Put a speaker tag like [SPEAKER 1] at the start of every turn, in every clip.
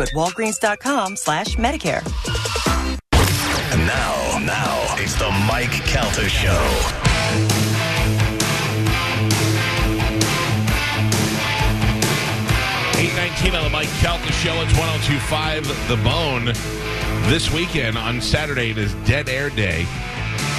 [SPEAKER 1] at walgreens.com slash medicare
[SPEAKER 2] And now, now, it's the Mike Calta Show.
[SPEAKER 3] Eight nineteen on the Mike Calta Show. It's 1025 The Bone. This weekend on Saturday, it is Dead Air Day.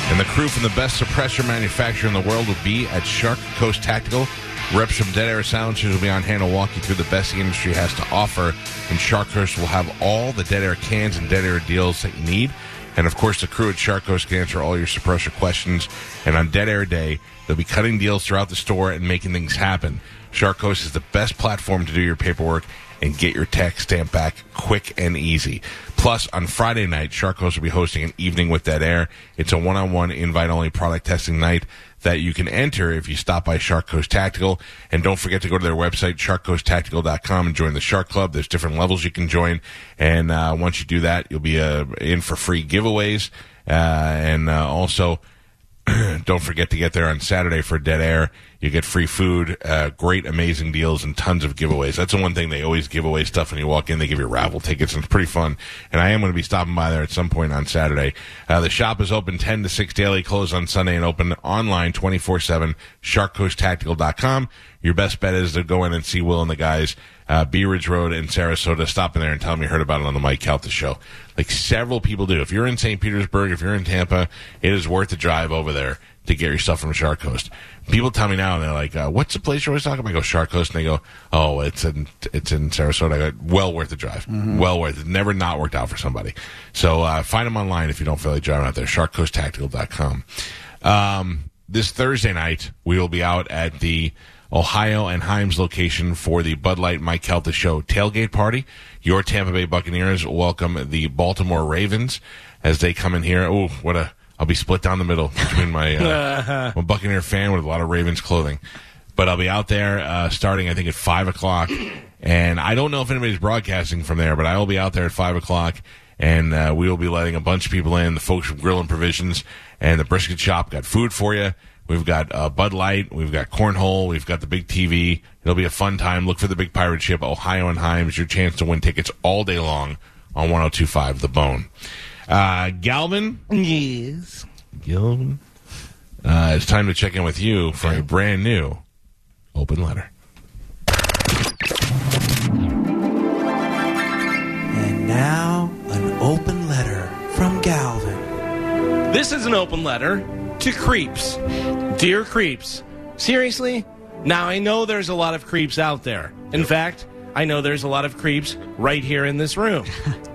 [SPEAKER 3] And the crew from the best suppressor manufacturer in the world will be at Shark Coast Tactical. Reps from Dead Air Silencers will be on hand to walk you through the best the industry has to offer. And Shark Coast will have all the Dead Air cans and Dead Air deals that you need. And of course, the crew at Shark Coast can answer all your suppressor questions. And on Dead Air Day, they'll be cutting deals throughout the store and making things happen. Shark Coast is the best platform to do your paperwork and get your tax stamp back quick and easy. Plus, on Friday night, Sharkos will be hosting an evening with Dead Air. It's a one-on-one invite-only product testing night that you can enter if you stop by Shark Coast Tactical. And don't forget to go to their website, sharkcoasttactical.com, and join the Shark Club. There's different levels you can join. And uh, once you do that, you'll be uh, in for free giveaways. Uh, and uh, also, don't forget to get there on Saturday for Dead Air. You get free food, uh, great, amazing deals, and tons of giveaways. That's the one thing they always give away stuff when you walk in. They give you raffle tickets, and it's pretty fun. And I am going to be stopping by there at some point on Saturday. Uh, the shop is open 10 to 6 daily, closed on Sunday, and open online 24 7, sharkcoasttactical.com. Your best bet is to go in and see Will and the guys, uh, Bee Ridge Road in Sarasota. Stop in there and tell them you heard about it on the Mike Calta show. Like several people do. If you're in St. Petersburg, if you're in Tampa, it is worth the drive over there to get your stuff from Shark Coast. People tell me now, and they're like, uh, "What's the place you're always talking about?" I go Shark Coast, and they go, "Oh, it's in it's in Sarasota." I go, "Well worth the drive. Well worth it. Never not worked out for somebody." So uh, find them online if you don't feel like driving out there. SharkCoastTactical.com. Um, this Thursday night, we will be out at the Ohio and Himes location for the Bud Light Mike Calta Show tailgate party. Your Tampa Bay Buccaneers welcome the Baltimore Ravens as they come in here. Oh, what a! I'll be split down the middle between my uh, I'm a Buccaneer fan with a lot of Ravens clothing. But I'll be out there uh, starting, I think, at five o'clock. And I don't know if anybody's broadcasting from there, but I will be out there at five o'clock, and uh, we will be letting a bunch of people in. The folks from Grill and Provisions and the Brisket Shop got food for you. We've got uh, Bud Light. We've got Cornhole. We've got the big TV. It'll be a fun time. Look for the big pirate ship, Ohio and Himes. Your chance to win tickets all day long on 1025 The Bone. Uh, Galvin. Yes. Galvin. Uh, it's time to check in with you for a brand new open letter.
[SPEAKER 4] And now, an open letter from Galvin.
[SPEAKER 5] This is an open letter to creeps. Dear creeps, seriously? Now I know there's a lot of creeps out there. In fact, I know there's a lot of creeps right here in this room.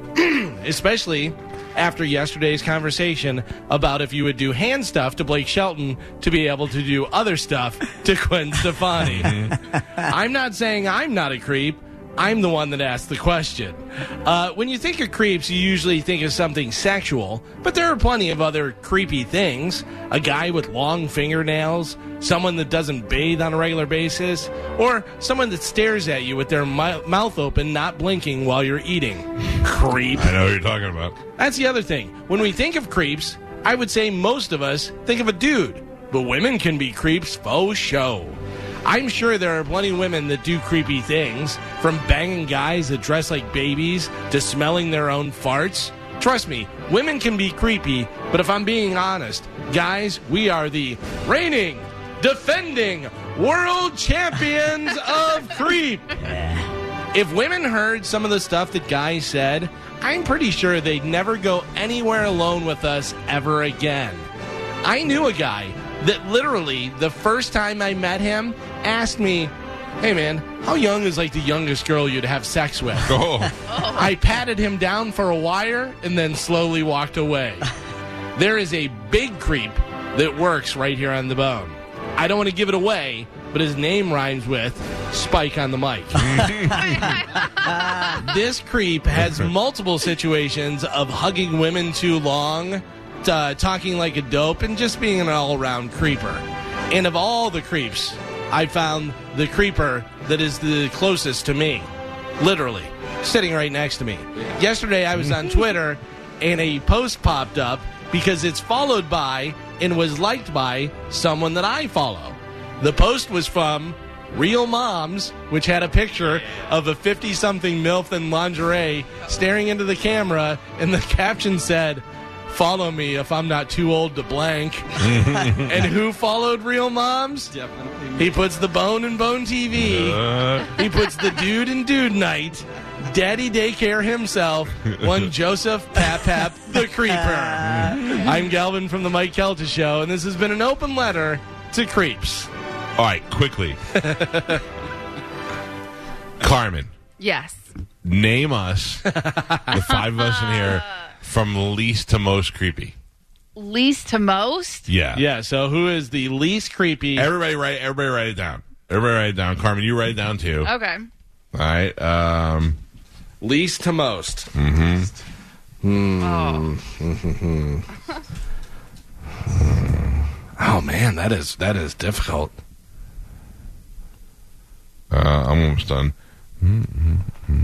[SPEAKER 5] Especially after yesterday's conversation about if you would do hand stuff to Blake Shelton to be able to do other stuff to Gwen Stefani. I'm not saying I'm not a creep. I'm the one that asked the question. Uh, when you think of creeps, you usually think of something sexual, but there are plenty of other creepy things. A guy with long fingernails, someone that doesn't bathe on a regular basis, or someone that stares at you with their mou- mouth open, not blinking while you're eating. Creep.
[SPEAKER 3] I know what you're talking about.
[SPEAKER 5] That's the other thing. When we think of creeps, I would say most of us think of a dude, but women can be creeps faux show. I'm sure there are plenty of women that do creepy things, from banging guys that dress like babies to smelling their own farts. Trust me, women can be creepy, but if I'm being honest, guys, we are the reigning, defending world champions of creep. If women heard some of the stuff that guys said, I'm pretty sure they'd never go anywhere alone with us ever again. I knew a guy that literally the first time I met him asked me, Hey man, how young is like the youngest girl you'd have sex with?
[SPEAKER 3] Oh,
[SPEAKER 5] I patted him down for a wire and then slowly walked away. there is a big creep that works right here on the bone. I don't want to give it away, but his name rhymes with Spike on the mic. this creep has multiple situations of hugging women too long, t- uh, talking like a dope, and just being an all around creeper. And of all the creeps, I found the creeper that is the closest to me literally sitting right next to me. Yesterday I was on Twitter and a post popped up because it's followed by and was liked by someone that I follow. The post was from Real Moms, which had a picture of a 50 something MILF in lingerie staring into the camera, and the caption said, Follow me if I'm not too old to blank. and who followed Real Moms? He puts the bone in Bone TV. He puts the dude in Dude Night. Daddy Daycare himself, one Joseph Papap the Creeper. I'm Galvin from the Mike Kelta Show, and this has been an open letter to creeps.
[SPEAKER 3] All right, quickly. Carmen,
[SPEAKER 6] Yes.
[SPEAKER 3] name us, the five of us in here, from least to most creepy.
[SPEAKER 6] Least to most?
[SPEAKER 3] Yeah.
[SPEAKER 5] Yeah, so who is the least creepy?
[SPEAKER 3] Everybody write everybody write it down. Everybody write it down. Carmen, you write it down too.
[SPEAKER 6] Okay.
[SPEAKER 3] All right. Um
[SPEAKER 5] Least to most.
[SPEAKER 6] Oh.
[SPEAKER 5] Oh man, that is that is difficult.
[SPEAKER 3] uh, I'm almost done. Mm-hmm.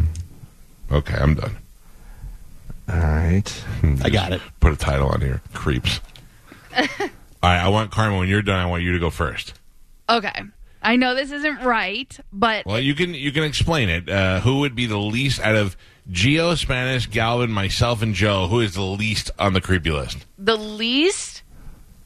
[SPEAKER 3] Okay, I'm done.
[SPEAKER 5] All right.
[SPEAKER 7] I got it.
[SPEAKER 3] Put a title on here. Creeps. All right, I want Carmen when you're done, I want you to go first.
[SPEAKER 6] Okay. I know this isn't right, but
[SPEAKER 3] Well, you can you can explain it. Uh, who would be the least out of Geo, Spanish, Galvin, myself, and Joe? Who is the least on the creepy list?
[SPEAKER 6] the least,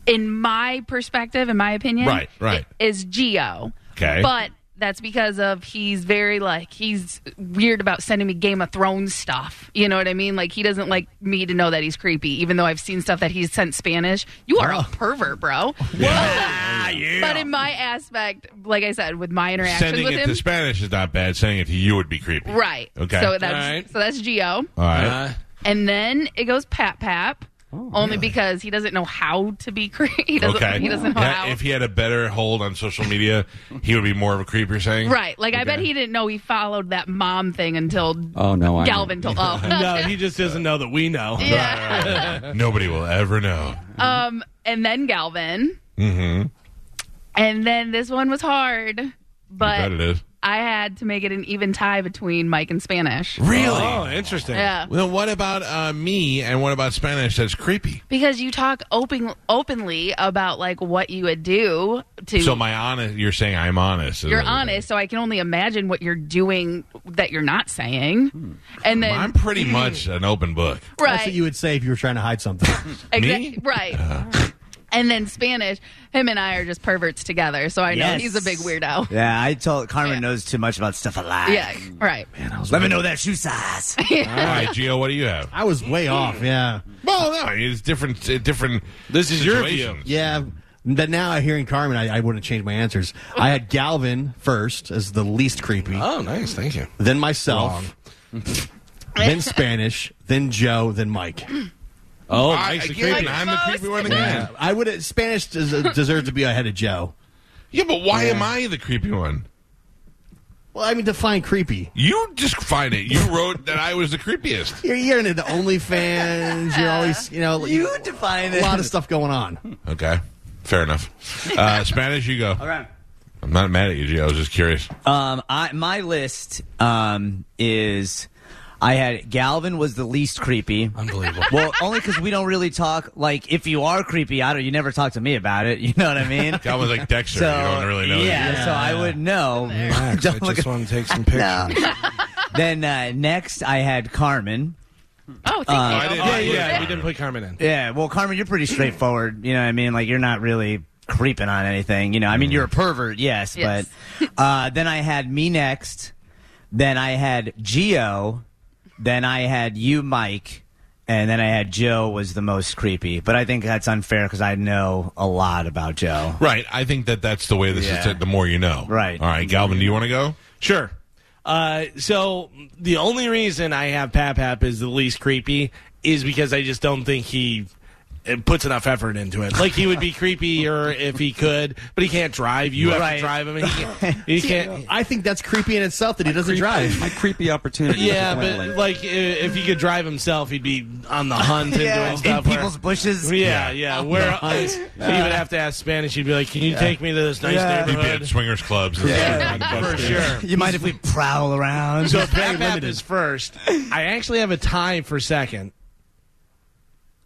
[SPEAKER 6] in my perspective, in my opinion,
[SPEAKER 3] Right, right.
[SPEAKER 6] i- is Geo.
[SPEAKER 3] Okay.
[SPEAKER 6] But that's because of he's very like he's weird about sending me Game of Thrones stuff. You know what I mean? Like he doesn't like me to know that he's creepy, even though I've seen stuff that he's sent Spanish. You are
[SPEAKER 3] Oh.
[SPEAKER 6] a pervert, bro. But in my aspect, like I said, with my interactions
[SPEAKER 3] Sending
[SPEAKER 6] with
[SPEAKER 3] it
[SPEAKER 6] him,
[SPEAKER 3] to Spanish is not bad. Sending it to you would be creepy.
[SPEAKER 6] right? Uh,
[SPEAKER 3] Okay.
[SPEAKER 6] So that's
[SPEAKER 5] Alright.
[SPEAKER 6] so that's Geo.
[SPEAKER 3] All right.
[SPEAKER 6] and then it goes pap pap only because he doesn't know how to be creepy he doesn't,
[SPEAKER 3] Okay.
[SPEAKER 6] he doesn't know
[SPEAKER 3] Yeah,
[SPEAKER 6] how
[SPEAKER 3] If he had a better hold on social media, he would be more of a creep. You're saying,
[SPEAKER 6] right like i bet
[SPEAKER 3] Okay.
[SPEAKER 6] he didn't know he followed that mom thing until
[SPEAKER 7] Oh no, I
[SPEAKER 6] galvin told oh
[SPEAKER 5] No, he just doesn't know that we know.
[SPEAKER 6] yeah
[SPEAKER 3] Nobody will ever know.
[SPEAKER 6] um and then galvin mm-hmm. and then this one was hard
[SPEAKER 3] I bet
[SPEAKER 6] but
[SPEAKER 3] it is.
[SPEAKER 6] i had to make it an even tie between mike and spanish
[SPEAKER 3] Really?
[SPEAKER 5] Oh, interesting.
[SPEAKER 6] yeah
[SPEAKER 3] Well, what about uh, me and what about Spanish that's creepy?
[SPEAKER 6] because you talk open openly about like what you would do to
[SPEAKER 3] So my honest, you're saying I'm honest. is
[SPEAKER 6] you're
[SPEAKER 3] what
[SPEAKER 6] honest, so I can only imagine what you're doing that you're not saying. And then,
[SPEAKER 3] I'm pretty much an open book.
[SPEAKER 7] That's
[SPEAKER 6] right,
[SPEAKER 7] what you would say if you were trying to hide something.
[SPEAKER 6] exact-
[SPEAKER 3] me?
[SPEAKER 6] right. and then Spanish, him and I are just perverts together, so I know he's a big weirdo.
[SPEAKER 8] Yeah, I told Carmen
[SPEAKER 6] Yeah.
[SPEAKER 8] knows too much about stuff alive.
[SPEAKER 6] Yeah, right.
[SPEAKER 8] Let me know that shoe size.
[SPEAKER 3] All right, Gio, what do you have?
[SPEAKER 7] I was way off. Yeah,
[SPEAKER 3] Well, no, it's different. uh, different.
[SPEAKER 5] This is your view.
[SPEAKER 3] situations.
[SPEAKER 7] yeah. But now I hearing Carmen, I, I wouldn't change my answers. I had Galvin first as the least creepy,
[SPEAKER 5] Oh, nice. Thank you.
[SPEAKER 7] then myself, then Spanish, then Joe, then Mike.
[SPEAKER 5] Oh,
[SPEAKER 3] I,
[SPEAKER 5] Mike's the
[SPEAKER 3] again,
[SPEAKER 5] creepy.
[SPEAKER 3] I'm the creepy one again.
[SPEAKER 7] I would Spanish des- deserves to be ahead of Joe.
[SPEAKER 3] Yeah, but why am I the creepy one?
[SPEAKER 7] Well, I mean, define creepy.
[SPEAKER 3] You just find it. You wrote that I was the creepiest.
[SPEAKER 7] You're, you're into OnlyFans. You're always, you know,
[SPEAKER 8] you define
[SPEAKER 7] a
[SPEAKER 8] it.
[SPEAKER 7] lot of stuff going on.
[SPEAKER 3] Okay, fair enough. Uh, Spanish, you go.
[SPEAKER 8] All right.
[SPEAKER 3] I'm not mad at you, Gio. I was just curious.
[SPEAKER 8] Um, I my list um is I had Galvin was the least creepy.
[SPEAKER 5] Unbelievable.
[SPEAKER 8] Well, only because we don't really talk. Like, if you are creepy, I don't. You never talk to me about it. You know what I mean?
[SPEAKER 3] That was like Dexter.
[SPEAKER 8] so
[SPEAKER 3] you don't really know.
[SPEAKER 8] Yeah, so I would know. Don't look at-
[SPEAKER 5] want to take some pictures.
[SPEAKER 8] No. then uh, next, I had Carmen.
[SPEAKER 6] Oh, thank
[SPEAKER 3] I
[SPEAKER 6] you.
[SPEAKER 3] didn't-
[SPEAKER 5] Yeah, yeah. We didn't put Carmen in.
[SPEAKER 8] Yeah, well, Carmen, you're pretty straightforward. You know what I mean? Like, you're not really creeping on anything. You know, I mean, you're a pervert, yes,
[SPEAKER 6] Yes.
[SPEAKER 8] but uh, then I had me next. Then I had Geo. Then I had you, Mike. And then I had Joe was the most creepy. But I think that's unfair because I know a lot about Joe.
[SPEAKER 3] Right. I think that that's the way this
[SPEAKER 8] Yeah.
[SPEAKER 3] is. said, The more you know.
[SPEAKER 8] Right.
[SPEAKER 3] All right, Galvin. Do you want to go?
[SPEAKER 5] Sure. Uh, so the only reason I have Papap as the least creepy is because I just don't think he uh, puts enough effort into it. Like he would be creepier if he could, but he can't drive. You have
[SPEAKER 8] Right.
[SPEAKER 5] to drive him, and he can't. He can't
[SPEAKER 7] I think that's creepy in itself that he doesn't drive.
[SPEAKER 9] My creepy opportunity.
[SPEAKER 5] yeah, but like i- if he could drive himself, he'd be on the hunt and doing
[SPEAKER 8] in
[SPEAKER 5] stuff. where-
[SPEAKER 8] people's bushes.
[SPEAKER 5] yeah, yeah. Where else- he would have to ask Spanish. He'd be like, "Can you take me to this nice
[SPEAKER 8] Yeah.
[SPEAKER 3] You'd be at
[SPEAKER 5] neighborhood?"
[SPEAKER 3] swingers clubs. Yeah.
[SPEAKER 5] For sure.
[SPEAKER 8] You mind if we prowl around?
[SPEAKER 5] So Papap is first. I actually have a tie for second.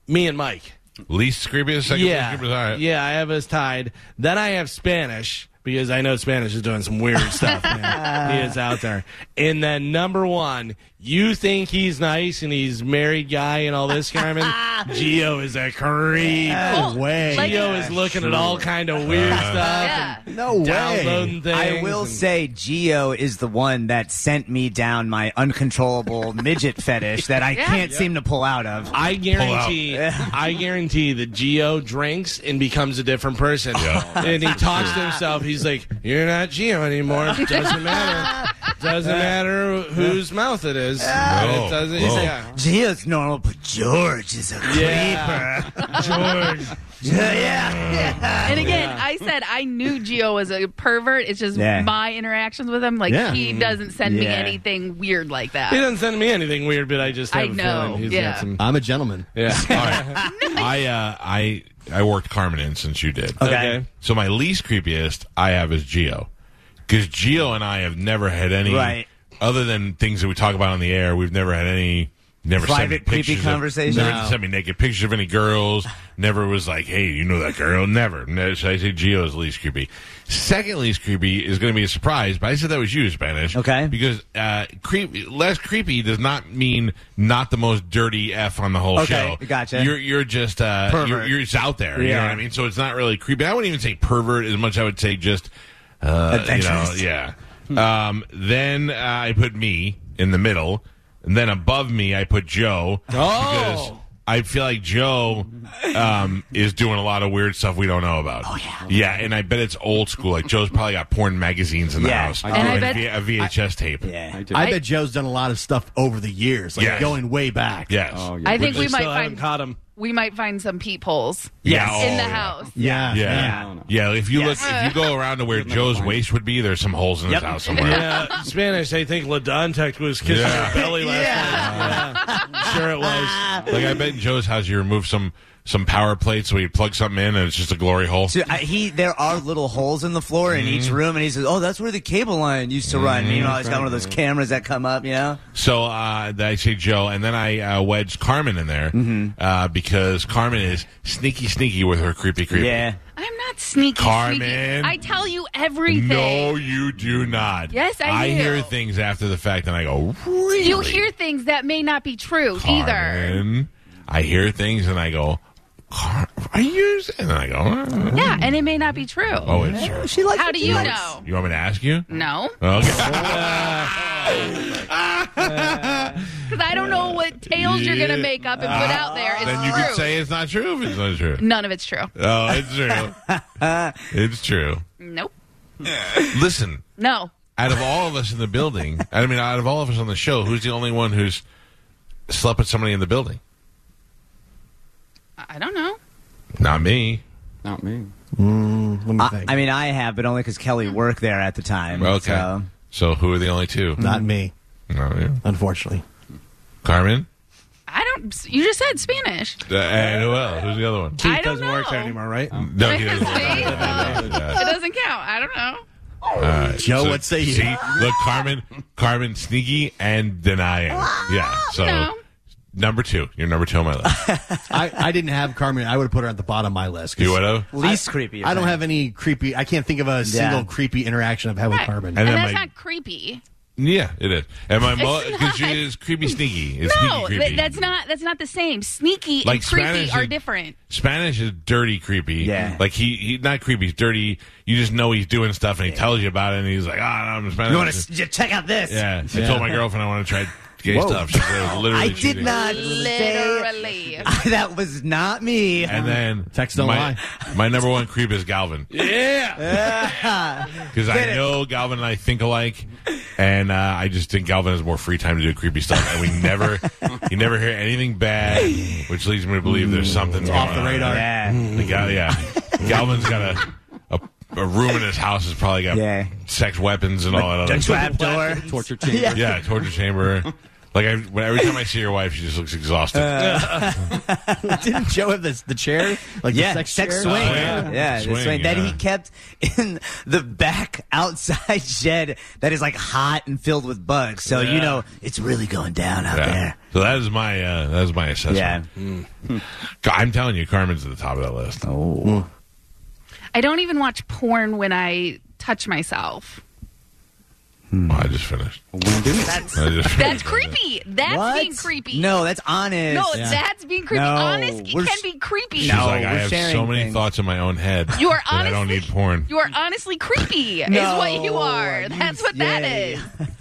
[SPEAKER 5] Me and Mike.
[SPEAKER 3] Least creepiest. Second least creepiest. All right.
[SPEAKER 5] yeah, I have us tied. Then I have Spanish because I know Spanish is doing some weird stuff. man. He is out there. And then number one, you think he's nice and he's married guy and all this, Carmen. Geo is a creep.
[SPEAKER 6] Well,
[SPEAKER 7] way.
[SPEAKER 6] Oh, like-
[SPEAKER 5] Geo is looking at all kind of weird stuff.
[SPEAKER 6] Yeah.
[SPEAKER 7] No way.
[SPEAKER 5] Downloading things.
[SPEAKER 8] I will
[SPEAKER 5] and-
[SPEAKER 8] say Geo is the one that sent me down my uncontrollable midget fetish that I
[SPEAKER 6] Yeah.
[SPEAKER 8] can't seem to pull out of.
[SPEAKER 5] I guarantee, I guarantee that Geo drinks and becomes a different person. And he talks to himself. He's like, "You're not Geo anymore. It doesn't matter. Doesn't matter whose mouth it is.
[SPEAKER 3] No.
[SPEAKER 5] It doesn't.
[SPEAKER 3] Whoa.
[SPEAKER 5] yeah.
[SPEAKER 8] Geo's normal, but George is a
[SPEAKER 5] Yeah. George.
[SPEAKER 8] creeper. yeah.
[SPEAKER 6] And again, I said I knew Gio was a pervert. It's just
[SPEAKER 8] Yeah.
[SPEAKER 6] my interactions with him. Like
[SPEAKER 7] Yeah.
[SPEAKER 6] he doesn't send me
[SPEAKER 8] Yeah.
[SPEAKER 6] anything weird like
[SPEAKER 5] He
[SPEAKER 6] that.
[SPEAKER 5] doesn't send me anything weird, but I just
[SPEAKER 6] I
[SPEAKER 5] have a
[SPEAKER 6] know,
[SPEAKER 5] feeling he's
[SPEAKER 6] yeah.
[SPEAKER 5] got some.
[SPEAKER 7] I'm a gentleman.
[SPEAKER 5] Yeah.
[SPEAKER 3] All right. I uh, I I worked Carmen in since you did.
[SPEAKER 8] Okay.
[SPEAKER 3] So my least creepiest I have is Geo, because Geo and I have never had any
[SPEAKER 8] Right.
[SPEAKER 3] other than things that we talk about on the air. We've never had any. Never sent me
[SPEAKER 8] Private creepy
[SPEAKER 3] pictures of-
[SPEAKER 8] conversations?
[SPEAKER 3] never sent me naked pictures of any girls. Never was like, hey, you know that girl? Never. No, so I say Geo is least creepy. Second least creepy is going to be a surprise, but I said that was you, Spanish.
[SPEAKER 8] Okay.
[SPEAKER 3] Because uh, creep less creepy does not mean not the most dirty f on the whole
[SPEAKER 8] Okay,
[SPEAKER 3] show.
[SPEAKER 8] gotcha.
[SPEAKER 3] You're you're just uh, you're,
[SPEAKER 8] Pervert.
[SPEAKER 3] you're just out there. You know
[SPEAKER 8] Yeah.
[SPEAKER 3] what I mean? So it's not really creepy. I wouldn't even say pervert as much. I would say just uh, you know,
[SPEAKER 8] Adventurous.
[SPEAKER 3] yeah. Um, then uh, I put me in the middle, and then above me I put Joe
[SPEAKER 8] Oh.
[SPEAKER 3] because I feel like Joe um, is doing a lot of weird stuff we don't know about. Oh yeah, yeah, and I bet it's old school. Like Joe's probably got porn magazines in the
[SPEAKER 8] Yeah.
[SPEAKER 3] house,
[SPEAKER 8] I
[SPEAKER 6] And I bet-
[SPEAKER 3] V- a VHS tape.
[SPEAKER 8] Yeah.
[SPEAKER 7] I bet Joe's done a lot of stuff over the years, like
[SPEAKER 3] Yes.
[SPEAKER 7] going way back.
[SPEAKER 3] Yes.
[SPEAKER 8] Oh,
[SPEAKER 6] I think we
[SPEAKER 5] Still
[SPEAKER 6] might
[SPEAKER 5] haven't
[SPEAKER 6] find
[SPEAKER 5] caught him.
[SPEAKER 6] we might find some peepholes
[SPEAKER 3] Yeah. oh,
[SPEAKER 6] in the
[SPEAKER 3] yeah.
[SPEAKER 6] house.
[SPEAKER 7] Yeah.
[SPEAKER 3] Yeah. Yeah. If you look, if you go around to where Joe's waist would be, there's some holes in his house somewhere.
[SPEAKER 5] Yeah, Spanish. I think LaDontech was kissing
[SPEAKER 3] Yeah.
[SPEAKER 5] her belly last night. Yeah. Sure, it was.
[SPEAKER 3] Like I bet in Joe's house, you remove some some power plate, so you plug something in, and it's just a glory hole.
[SPEAKER 8] So I, he, there are little holes in the floor in each room, and he says, "Oh, that's where the cable line used to run." You know, it's got one of those cameras that come up. You know,
[SPEAKER 3] So uh, I say Joe, and then I uh, wedged Carmen in there uh, because Carmen is sneaky, sneaky with her creepy, creepy.
[SPEAKER 8] yeah.
[SPEAKER 6] I'm not sneaky.
[SPEAKER 3] Carmen.
[SPEAKER 6] sneaky. I tell you
[SPEAKER 3] No,
[SPEAKER 6] everything.
[SPEAKER 3] you do not.
[SPEAKER 6] Yes, I
[SPEAKER 3] I
[SPEAKER 6] do.
[SPEAKER 3] hear things after the fact, and I go, really?
[SPEAKER 6] You hear things that may not be true either.
[SPEAKER 3] Carmen. I hear things, and I go, Car- are you? And then I go, "Uh,
[SPEAKER 6] Yeah, and it may not be true.
[SPEAKER 3] oh, it's her.
[SPEAKER 8] She likes.
[SPEAKER 6] How do
[SPEAKER 8] she
[SPEAKER 6] you
[SPEAKER 8] likes-
[SPEAKER 6] know?
[SPEAKER 3] You want me to ask you?
[SPEAKER 6] No,
[SPEAKER 3] Okay.
[SPEAKER 6] because I don't know what tales you're gonna
[SPEAKER 3] Yeah.
[SPEAKER 6] make up and put out there. It's
[SPEAKER 3] then you
[SPEAKER 6] true.
[SPEAKER 3] can say it's not true if it's not true.
[SPEAKER 6] None of it's true.
[SPEAKER 3] Oh, it's true. it's true.
[SPEAKER 6] Nope.
[SPEAKER 3] Listen,
[SPEAKER 6] No.
[SPEAKER 3] out of all of us in the building, I mean, out of all of us on the show, who's the only one who's slept with somebody in the building?
[SPEAKER 6] I I don't know.
[SPEAKER 3] Not me.
[SPEAKER 9] Not me.
[SPEAKER 7] Let me
[SPEAKER 8] I,
[SPEAKER 7] think.
[SPEAKER 8] I mean, I have, but only because Kelly worked there at the time.
[SPEAKER 3] Okay.
[SPEAKER 8] so-
[SPEAKER 3] So who are the only two?
[SPEAKER 7] Not me,
[SPEAKER 3] Not you.
[SPEAKER 7] unfortunately.
[SPEAKER 3] Carmen?
[SPEAKER 6] I don't. You just said Spanish.
[SPEAKER 3] Uh, and who else? Who's the other one?
[SPEAKER 6] I don't
[SPEAKER 5] doesn't
[SPEAKER 6] know.
[SPEAKER 5] work there anymore, right?
[SPEAKER 3] No, he doesn't.
[SPEAKER 6] See?
[SPEAKER 3] Yeah.
[SPEAKER 6] It doesn't count. I don't know.
[SPEAKER 3] All right.
[SPEAKER 7] Joe, what say you?
[SPEAKER 3] See, look, Carmen, Carmen, sneaky and denying. Yeah. So
[SPEAKER 6] No.
[SPEAKER 3] number two. You're number two on my list.
[SPEAKER 7] I, I didn't have Carmen. I would have put her at the bottom of my list. 'cause
[SPEAKER 3] You would have?
[SPEAKER 8] Least creepy.
[SPEAKER 7] I don't have any creepy. I can't think of a single creepy interaction I've had with
[SPEAKER 6] Right.
[SPEAKER 7] Carmen.
[SPEAKER 3] And
[SPEAKER 6] And,
[SPEAKER 3] then
[SPEAKER 6] that's
[SPEAKER 3] my-
[SPEAKER 6] not creepy.
[SPEAKER 3] Yeah, it is. And my mother,
[SPEAKER 6] It's
[SPEAKER 3] because she
[SPEAKER 6] not.
[SPEAKER 3] is creepy sneaky. It's sneaky
[SPEAKER 6] No,
[SPEAKER 3] creepy.
[SPEAKER 6] th- that's not. That's not the same. Sneaky
[SPEAKER 3] Like
[SPEAKER 6] and creepy
[SPEAKER 3] Spanish
[SPEAKER 6] are
[SPEAKER 3] is-
[SPEAKER 6] different.
[SPEAKER 3] Spanish is dirty creepy.
[SPEAKER 8] Yeah.
[SPEAKER 3] Like he, he not creepy, he's dirty. You just know he's doing stuff and he tells you about it and he's like, ah, I'm Spanish.
[SPEAKER 8] You want to check out this?
[SPEAKER 3] yeah. I told my girlfriend I want to try gay stuff. She said it was literally
[SPEAKER 8] I did
[SPEAKER 3] cheating.
[SPEAKER 8] not say
[SPEAKER 6] Literally.
[SPEAKER 8] that was not me.
[SPEAKER 3] And then
[SPEAKER 7] Text don't
[SPEAKER 3] my,
[SPEAKER 7] lie.
[SPEAKER 3] My number one creep is Galvin
[SPEAKER 5] Yeah.
[SPEAKER 3] because I know Galvin and I think alike, and uh, I just think Galvin has more free time to do creepy stuff, and we never, you never hear anything bad, which leads me to believe there's something going
[SPEAKER 7] off the
[SPEAKER 3] on.
[SPEAKER 7] radar.
[SPEAKER 8] Yeah.
[SPEAKER 3] The guy, yeah. Galvin's got a, a a room in his house that's probably got
[SPEAKER 8] Yeah.
[SPEAKER 3] sex weapons and all that
[SPEAKER 8] A
[SPEAKER 3] other stuff.
[SPEAKER 8] trap door.
[SPEAKER 9] Torture chamber.
[SPEAKER 3] Yeah, torture chamber. Like I, when- every time I see your wife, she just looks exhausted.
[SPEAKER 7] Didn't Joe have this, the chair? Like
[SPEAKER 8] Yeah,
[SPEAKER 7] the sex, chair?
[SPEAKER 8] swing.
[SPEAKER 3] Oh, yeah.
[SPEAKER 8] yeah, yeah,
[SPEAKER 3] Swing,
[SPEAKER 8] the swing that
[SPEAKER 3] yeah.
[SPEAKER 8] he kept in the back outside shed that is like hot and filled with bugs. So
[SPEAKER 5] Yeah.
[SPEAKER 8] you know it's really going down out
[SPEAKER 3] yeah. Hmm.
[SPEAKER 8] there.
[SPEAKER 3] So that is my uh, that is my assessment.
[SPEAKER 8] Yeah.
[SPEAKER 3] Ca- I'm Hmm.
[SPEAKER 8] Oh.
[SPEAKER 3] telling you, Carmen's at the top of that list.
[SPEAKER 6] I don't even watch porn when I touch myself.
[SPEAKER 8] Hmm.
[SPEAKER 3] Oh, I just finished.
[SPEAKER 6] That's
[SPEAKER 3] I just
[SPEAKER 6] that's creepy. That's being creepy.
[SPEAKER 8] No, that's honest.
[SPEAKER 6] No, that's being creepy.
[SPEAKER 8] No,
[SPEAKER 6] Honest
[SPEAKER 8] we're
[SPEAKER 6] can
[SPEAKER 8] s-
[SPEAKER 6] be creepy.
[SPEAKER 3] She's
[SPEAKER 8] No,
[SPEAKER 3] like, I
[SPEAKER 8] we're
[SPEAKER 3] have so
[SPEAKER 8] sharing
[SPEAKER 3] many
[SPEAKER 8] things.
[SPEAKER 3] thoughts in my own head.
[SPEAKER 6] You are
[SPEAKER 3] that I don't
[SPEAKER 6] honestly-
[SPEAKER 3] need porn.
[SPEAKER 6] You are honestly creepy, is
[SPEAKER 8] No,
[SPEAKER 6] what you are.
[SPEAKER 8] you-
[SPEAKER 6] That's what that
[SPEAKER 8] yay.
[SPEAKER 6] is.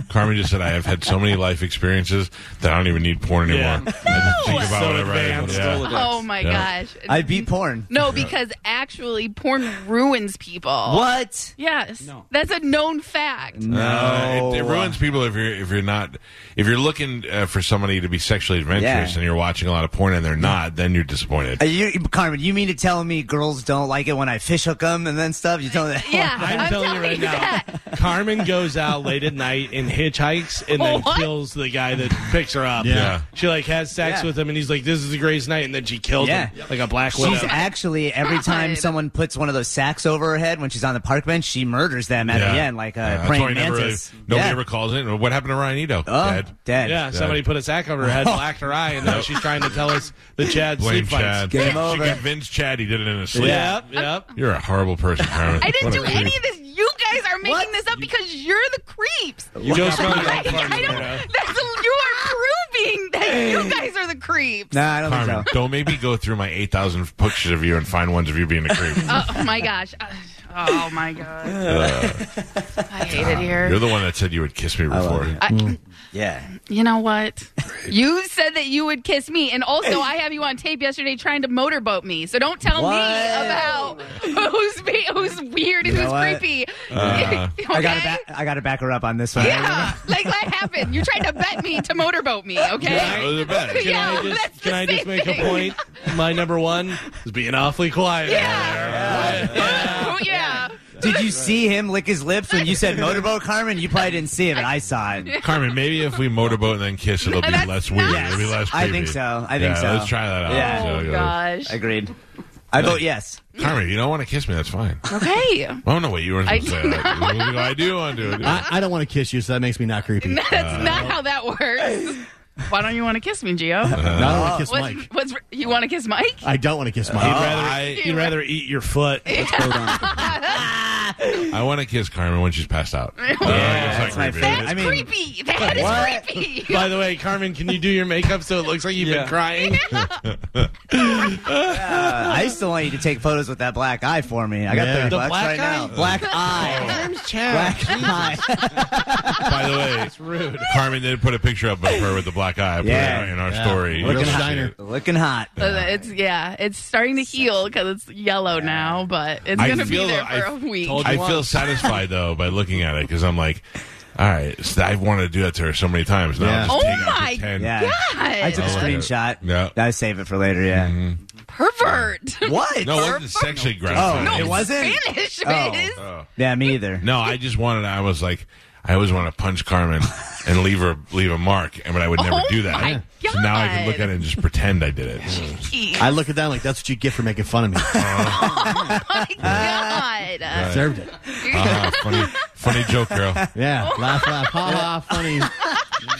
[SPEAKER 3] Carmen just said, I have had so many life experiences that I don't even need porn anymore.
[SPEAKER 5] Yeah.
[SPEAKER 3] I just think about
[SPEAKER 5] So
[SPEAKER 3] whatever I want.
[SPEAKER 5] advanced, all
[SPEAKER 3] Yeah.
[SPEAKER 5] of it.
[SPEAKER 6] Oh my
[SPEAKER 3] Yeah.
[SPEAKER 6] gosh.
[SPEAKER 8] I beat porn.
[SPEAKER 6] no, because actually, porn ruins people.
[SPEAKER 8] What?
[SPEAKER 6] Yes. That's a known fact.
[SPEAKER 3] Uh, it, it ruins people if you're if you're not if you're looking uh, for somebody to be sexually adventurous
[SPEAKER 8] Yeah.
[SPEAKER 3] and you're watching a lot of porn and they're not, then you're disappointed.
[SPEAKER 8] Are Uh, you, Carmen, you mean to tell me girls don't like it when I fish hook them and then stuff? You tell me that?
[SPEAKER 6] Yeah,
[SPEAKER 5] I'm, telling, you right
[SPEAKER 6] that.
[SPEAKER 5] now, Carmen goes out late at night and hitchhikes and then
[SPEAKER 6] What?
[SPEAKER 5] kills the guy that picks her up.
[SPEAKER 7] Yeah.
[SPEAKER 5] She like has sex
[SPEAKER 8] Yeah.
[SPEAKER 5] with him and he's like, This is the greatest night and then she kills
[SPEAKER 8] Yeah.
[SPEAKER 5] him. Like a black widow.
[SPEAKER 8] She's actually every time
[SPEAKER 6] God.
[SPEAKER 8] someone puts one of those sacks over her head when she's on the park bench, she murders them at the end like a
[SPEAKER 3] Yeah, that's why
[SPEAKER 8] praying
[SPEAKER 3] you never
[SPEAKER 8] mantis.
[SPEAKER 3] really- nobody
[SPEAKER 8] Yeah.
[SPEAKER 3] ever calls it. What happened to Ryan Ito?
[SPEAKER 8] oh,
[SPEAKER 3] Dead.
[SPEAKER 8] dead.
[SPEAKER 5] yeah, somebody put a sack over her head, blacked her eye, and now she's trying to tell us the Chad
[SPEAKER 3] Oh. Blame
[SPEAKER 5] sleep fights.
[SPEAKER 3] Chad.
[SPEAKER 8] Game
[SPEAKER 3] she
[SPEAKER 8] over.
[SPEAKER 3] convinced Chad he did it in his sleep.
[SPEAKER 5] Yep, yep.
[SPEAKER 3] You're a horrible person, Carmen.
[SPEAKER 6] I didn't
[SPEAKER 3] What a
[SPEAKER 6] do
[SPEAKER 3] creep.
[SPEAKER 6] any of this. You guys are making
[SPEAKER 8] What?
[SPEAKER 6] this up because you're the creeps.
[SPEAKER 5] You go smell your
[SPEAKER 6] I,
[SPEAKER 5] own farts,
[SPEAKER 6] I don't.
[SPEAKER 5] Rita.
[SPEAKER 6] That's you are proving that you guys are the creeps.
[SPEAKER 8] No, I don't
[SPEAKER 3] Carmen,
[SPEAKER 8] think so.
[SPEAKER 3] don't make me go through my 8,000 pictures of you and find ones of you being a creep.
[SPEAKER 6] Oh my gosh. Uh, Oh my god. I hate it here.
[SPEAKER 3] You're the one that said you would kiss me before.
[SPEAKER 6] I-
[SPEAKER 8] Mm. Yeah.
[SPEAKER 6] you know what? You said that you would kiss me, and also I have you on tape yesterday trying to motorboat me. So don't tell
[SPEAKER 8] What?
[SPEAKER 6] me about who's be- who's weird and
[SPEAKER 8] You
[SPEAKER 6] who's
[SPEAKER 8] know what? Uh,
[SPEAKER 6] creepy.
[SPEAKER 8] I gotta
[SPEAKER 6] Okay?
[SPEAKER 8] back, I gotta back her up on this one.
[SPEAKER 6] Yeah, like that happened. You tried to bet me to motorboat me, okay?
[SPEAKER 3] That was a bet.
[SPEAKER 5] Can
[SPEAKER 6] Yeah,
[SPEAKER 5] I
[SPEAKER 6] that's
[SPEAKER 5] just, can
[SPEAKER 6] the
[SPEAKER 5] I just
[SPEAKER 6] same
[SPEAKER 5] make a
[SPEAKER 6] thing.
[SPEAKER 5] point? My number one is being awfully quiet.
[SPEAKER 6] Yeah. Oh, yeah.
[SPEAKER 8] Did you see him lick his lips when you said motorboat, Carmen? You probably didn't see it, but I saw it.
[SPEAKER 3] Carmen, maybe if we motorboat and then kiss, it'll be
[SPEAKER 6] That's
[SPEAKER 3] less weird.
[SPEAKER 6] nice.
[SPEAKER 3] It'll be less creepy.
[SPEAKER 8] I think so. I think
[SPEAKER 3] yeah,
[SPEAKER 8] so.
[SPEAKER 3] Let's try that out.
[SPEAKER 8] Yeah.
[SPEAKER 3] So,
[SPEAKER 6] Oh,
[SPEAKER 3] yeah.
[SPEAKER 6] gosh.
[SPEAKER 8] Agreed. I vote yes.
[SPEAKER 3] Carmen, if you don't want to kiss me, that's fine.
[SPEAKER 6] Okay.
[SPEAKER 3] Oh, no, wait, you weren't
[SPEAKER 6] I
[SPEAKER 3] supposed to say that. You go, I do want to do it.
[SPEAKER 7] I, I don't want to kiss you, so that makes me not creepy.
[SPEAKER 6] That's not how that works. Uh, Why don't you want to kiss me, Gio?
[SPEAKER 7] No, I don't want to kiss
[SPEAKER 6] what's,
[SPEAKER 7] Mike.
[SPEAKER 6] what's, you want to kiss Mike?
[SPEAKER 7] I don't want to kiss Mike.
[SPEAKER 5] You'd
[SPEAKER 8] Oh.
[SPEAKER 5] rather,
[SPEAKER 3] Oh, I-
[SPEAKER 5] you'd rather eat your foot.
[SPEAKER 3] I want to kiss Carmen when she's passed out. Uh, Yeah,
[SPEAKER 8] that's my
[SPEAKER 6] That's
[SPEAKER 8] favorite. I mean-
[SPEAKER 6] creepy. That is
[SPEAKER 8] What?
[SPEAKER 6] creepy.
[SPEAKER 5] By the way, Carmen, can you do your makeup so it looks like you've
[SPEAKER 8] Yeah.
[SPEAKER 5] been crying?
[SPEAKER 8] Uh, I still want you to take photos with that black eye for me. I got
[SPEAKER 7] Yeah.
[SPEAKER 8] 30
[SPEAKER 7] The
[SPEAKER 8] bucks
[SPEAKER 5] black
[SPEAKER 8] right
[SPEAKER 5] eye?
[SPEAKER 8] now. Black eye. Black eye.
[SPEAKER 3] By the way, Carmen did put a picture up of her with the black eye. I put it
[SPEAKER 8] Yeah.
[SPEAKER 3] in- in our story.
[SPEAKER 7] Look
[SPEAKER 3] You'll
[SPEAKER 7] at
[SPEAKER 3] see
[SPEAKER 7] Steiner.
[SPEAKER 3] it.
[SPEAKER 8] Looking hot.
[SPEAKER 6] Uh, It's yeah, it's starting to heal because it's yellow now, but it's
[SPEAKER 3] I
[SPEAKER 6] gonna be
[SPEAKER 3] feel-
[SPEAKER 6] there for
[SPEAKER 3] I
[SPEAKER 6] a week.
[SPEAKER 5] told
[SPEAKER 3] I
[SPEAKER 5] Once.
[SPEAKER 3] feel satisfied though by looking at it because I'm like, all right, so I've wanted to do that to her so many times. Now
[SPEAKER 7] Yeah.
[SPEAKER 3] I'll just
[SPEAKER 6] Oh
[SPEAKER 3] take out
[SPEAKER 6] my
[SPEAKER 3] the 10.
[SPEAKER 8] Yeah. I took a
[SPEAKER 6] God,
[SPEAKER 8] screenshot.
[SPEAKER 3] Yeah.
[SPEAKER 8] I save it for later, yeah.
[SPEAKER 6] pervert.
[SPEAKER 8] What?
[SPEAKER 3] No, it wasn't sexually
[SPEAKER 8] Oh,
[SPEAKER 3] gratifying.
[SPEAKER 8] it wasn't?
[SPEAKER 6] Spanish
[SPEAKER 8] Oh.
[SPEAKER 6] is.
[SPEAKER 8] Yeah, me either.
[SPEAKER 3] No, I just wanted. I was like, I always want to punch Carmen and leave her leave a mark, and but I would never
[SPEAKER 6] Oh
[SPEAKER 3] do that.
[SPEAKER 6] my
[SPEAKER 3] So now I can
[SPEAKER 6] God.
[SPEAKER 3] look at it and just pretend I did it.
[SPEAKER 7] I look at that I'm like, that's what you get for making fun of me.
[SPEAKER 6] My God.
[SPEAKER 7] Deserved it.
[SPEAKER 3] Ah, funny, funny joke, girl.
[SPEAKER 7] Yeah, laugh, laugh, ha ha, funny.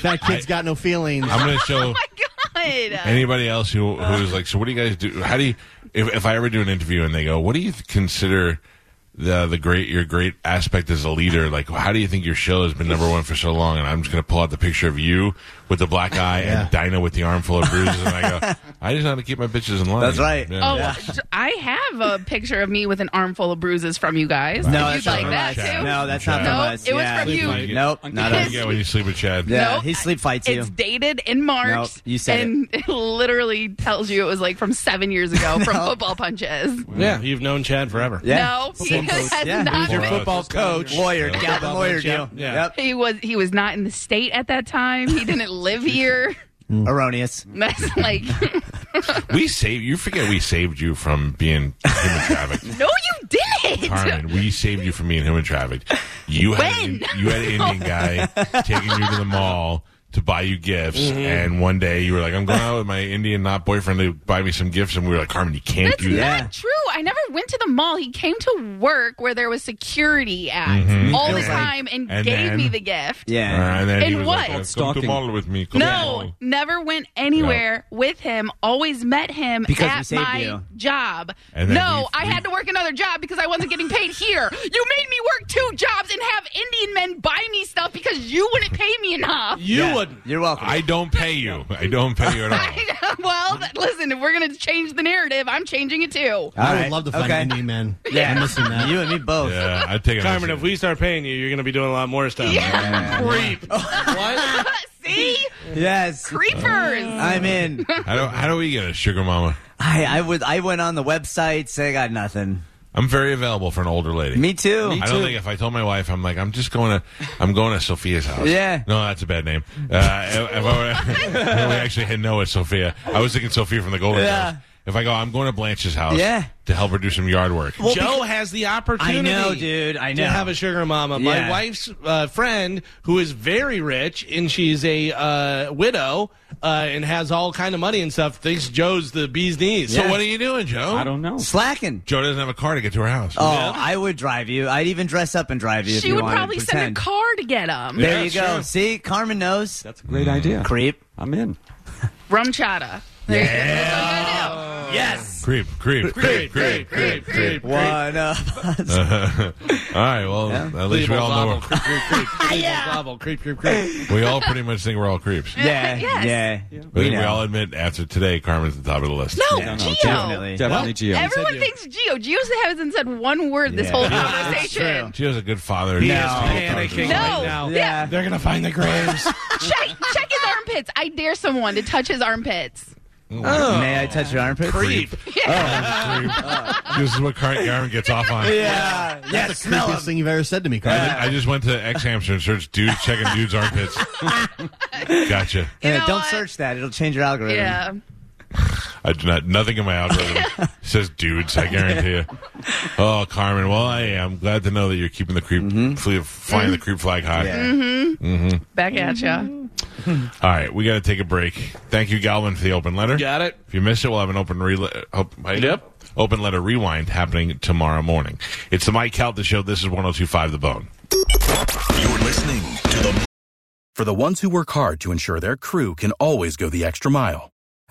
[SPEAKER 7] That kid's got no feelings.
[SPEAKER 3] I'm gonna show
[SPEAKER 6] Oh my God.
[SPEAKER 3] anybody else who who's like, so what do you guys do? How do you? If, if I ever do an interview and they go, what do you th- consider? The, the great your great aspect as a leader like how do you think your show has been number one for so long and I'm just gonna pull out the picture of you with the black eye and Dinah with the armful of bruises and I go I just know how to keep my bitches in line
[SPEAKER 8] That's right.
[SPEAKER 3] Yeah.
[SPEAKER 6] Oh, I have a picture of me with an armful of bruises from you guys.
[SPEAKER 8] No,
[SPEAKER 6] if
[SPEAKER 8] that's
[SPEAKER 6] you'd like
[SPEAKER 8] not
[SPEAKER 6] that
[SPEAKER 3] from us.
[SPEAKER 6] too.
[SPEAKER 8] No, that's not
[SPEAKER 3] No,
[SPEAKER 8] from us.
[SPEAKER 6] it was
[SPEAKER 8] yeah.
[SPEAKER 6] from you.
[SPEAKER 8] Nope, not
[SPEAKER 3] That's what
[SPEAKER 8] us.
[SPEAKER 3] you get when you sleep with Chad.
[SPEAKER 8] Yeah,
[SPEAKER 6] No,
[SPEAKER 8] he sleep fights you.
[SPEAKER 6] It's dated in March.
[SPEAKER 8] Nope, you said
[SPEAKER 6] and it. literally tells you it was like from seven years ago from football punches.
[SPEAKER 5] yeah, you've known Chad forever.
[SPEAKER 8] Yeah.
[SPEAKER 6] No, he has
[SPEAKER 8] Yeah.
[SPEAKER 6] not
[SPEAKER 8] Who's
[SPEAKER 3] your
[SPEAKER 6] been-
[SPEAKER 3] football
[SPEAKER 5] coach?
[SPEAKER 8] Lawyer, Galvin lawyer
[SPEAKER 5] Yep.
[SPEAKER 8] deal.
[SPEAKER 5] Yeah.
[SPEAKER 8] Yep.
[SPEAKER 6] He was he was not in the state at that time. He didn't live here.
[SPEAKER 8] Erroneous.
[SPEAKER 6] That's like
[SPEAKER 3] We saved you. Forget we saved you from being human trafficked.
[SPEAKER 6] no, you didn't.
[SPEAKER 3] Carmen, we saved you from being human trafficked. You had an,
[SPEAKER 6] When?
[SPEAKER 3] you had an Indian guy taking you to the mall. to buy you gifts, and one day you were like, "I'm going out with my Indian not boyfriend to buy me some gifts," and we were like, "Carmen, you can't
[SPEAKER 6] That's
[SPEAKER 3] do that."
[SPEAKER 6] not true. I never went to the mall. He came to work where there was security at
[SPEAKER 8] Mm-hmm.
[SPEAKER 6] all the
[SPEAKER 7] Feels like-
[SPEAKER 6] time and,
[SPEAKER 3] And
[SPEAKER 6] gave
[SPEAKER 3] then-
[SPEAKER 6] me the gift.
[SPEAKER 8] Yeah.
[SPEAKER 3] Uh, and then he
[SPEAKER 6] And
[SPEAKER 3] was
[SPEAKER 6] what?
[SPEAKER 3] like, "Come to
[SPEAKER 7] Stalking.
[SPEAKER 3] mall with me." Come to mall.
[SPEAKER 6] No, never went anywhere with him. Always met him
[SPEAKER 8] Because we
[SPEAKER 6] at
[SPEAKER 8] saved
[SPEAKER 6] my
[SPEAKER 8] you.
[SPEAKER 6] job.
[SPEAKER 3] And then
[SPEAKER 6] no,
[SPEAKER 3] we-
[SPEAKER 6] I had to work another job because I wasn't getting paid here. You made me work two jobs and have Indian men buy me stuff because you wouldn't pay me enough.
[SPEAKER 5] You
[SPEAKER 8] Yeah.
[SPEAKER 5] wouldn't.
[SPEAKER 8] You're welcome.
[SPEAKER 3] I don't pay you. I don't pay you at all.
[SPEAKER 6] I- well, th- listen, if we're going to change the narrative, I'm changing it too.
[SPEAKER 7] I
[SPEAKER 8] All
[SPEAKER 7] would
[SPEAKER 8] right.
[SPEAKER 7] love to find
[SPEAKER 8] Okay.
[SPEAKER 7] an Indian man.
[SPEAKER 8] Yeah.
[SPEAKER 7] I'm missing that.
[SPEAKER 8] You and me both.
[SPEAKER 3] Yeah, I take it.
[SPEAKER 5] Carmen, if we start paying you, you're going to be doing a lot more stuff.
[SPEAKER 6] Yeah.
[SPEAKER 5] Creep. what?
[SPEAKER 6] See?
[SPEAKER 8] Yes.
[SPEAKER 6] Creepers.
[SPEAKER 8] I'm in.
[SPEAKER 3] how do, how do we get a sugar mama?
[SPEAKER 8] I I would I went on the websites. I got nothing.
[SPEAKER 3] I'm very available for an older lady.
[SPEAKER 8] Me too.
[SPEAKER 3] I don't think if I told my wife, I'm like, I'm just going to, I'm going to Sophia's house.
[SPEAKER 8] Yeah.
[SPEAKER 3] No, that's a bad name. Uh, if- if I were- no, we actually had Noah Sophia. I was thinking Sophia from the Golden
[SPEAKER 8] Yeah.
[SPEAKER 3] Girls. If I go, I'm going to Blanche's house.
[SPEAKER 8] Yeah.
[SPEAKER 3] To help her do some yard work.
[SPEAKER 5] Joe has the opportunity.
[SPEAKER 8] I know, dude. I know.
[SPEAKER 5] To have a sugar mama. My
[SPEAKER 8] Yeah.
[SPEAKER 5] wife's uh, friend, who is very rich and she's a uh, widow uh, and has all kind of money and stuff, thinks Joe's the bee's knees.
[SPEAKER 3] So what are you doing, Joe?
[SPEAKER 9] I don't know.
[SPEAKER 8] slacking.
[SPEAKER 3] Joe doesn't have a car to get to her house.
[SPEAKER 8] Oh, I would drive you. I'd even dress up and drive you. if
[SPEAKER 6] She
[SPEAKER 8] you
[SPEAKER 6] would
[SPEAKER 8] wanted to
[SPEAKER 6] probably send
[SPEAKER 8] pretend.
[SPEAKER 6] a car to get him.
[SPEAKER 8] There
[SPEAKER 3] Yeah,
[SPEAKER 8] you go.
[SPEAKER 3] sure.
[SPEAKER 8] See, Carmen knows.
[SPEAKER 9] That's a great idea.
[SPEAKER 8] Creep.
[SPEAKER 9] I'm in.
[SPEAKER 6] Rum chata. There you go. That's what I'm gonna do.
[SPEAKER 8] Yes.
[SPEAKER 3] Creep, creep, creep, creep, creep, creep.
[SPEAKER 8] One up.
[SPEAKER 3] All right, well, at least we all know we're-
[SPEAKER 5] Creep, creep, creep. Gobble, creep, creep, creep.
[SPEAKER 3] We all pretty much think we're all creeps.
[SPEAKER 8] Yeah.
[SPEAKER 6] Yes.
[SPEAKER 8] Yeah.
[SPEAKER 3] But I think we
[SPEAKER 8] know.
[SPEAKER 3] all admit after today, Carmen's at the top of the list.
[SPEAKER 6] No,
[SPEAKER 8] Yeah,
[SPEAKER 6] Geo.
[SPEAKER 8] Oh, definitely.
[SPEAKER 9] Definitely Geo.
[SPEAKER 6] Everyone
[SPEAKER 5] you.
[SPEAKER 6] thinks Geo. Geo hasn't said one word this
[SPEAKER 8] Yeah.
[SPEAKER 6] whole
[SPEAKER 8] Yeah,
[SPEAKER 6] conversation.
[SPEAKER 3] She has a good father.
[SPEAKER 5] He
[SPEAKER 3] She
[SPEAKER 5] is
[SPEAKER 3] has people talking to
[SPEAKER 5] panicking
[SPEAKER 3] her.
[SPEAKER 6] No.
[SPEAKER 5] right now.
[SPEAKER 8] Yeah.
[SPEAKER 5] They're going to find the graves.
[SPEAKER 6] check, check his armpits. I dare someone to touch his armpits.
[SPEAKER 8] May I touch your armpit?
[SPEAKER 5] creep.
[SPEAKER 3] This is what Car- Carmen gets off on.
[SPEAKER 8] Yeah. Yes.
[SPEAKER 7] That's the creepiest thing you've ever said to me, Carmen.
[SPEAKER 3] I just went to X Hamster and searched dudes checking dudes' armpits. Gotcha.
[SPEAKER 6] You know
[SPEAKER 8] don't
[SPEAKER 6] what?
[SPEAKER 8] search that. It'll change your algorithm.
[SPEAKER 6] Yeah.
[SPEAKER 3] I do not. Nothing in my algorithm says dudes. I guarantee you. Oh, Carmen. Well, I am glad to know that you're keeping the creep, fle- flying the creep flag high.
[SPEAKER 8] Yeah.
[SPEAKER 6] Back at ya.
[SPEAKER 3] All right, we got to take a break. Thank you, Galvin, for the open letter.
[SPEAKER 5] Got it.
[SPEAKER 3] If you missed it, we'll have an open rela- op- I-
[SPEAKER 5] Yep.
[SPEAKER 3] open letter rewind happening tomorrow morning. It's the Mike Calta Show. This is 1025 The Bone.
[SPEAKER 2] You're listening to the
[SPEAKER 10] For the ones who work hard to ensure their crew can always go the extra mile,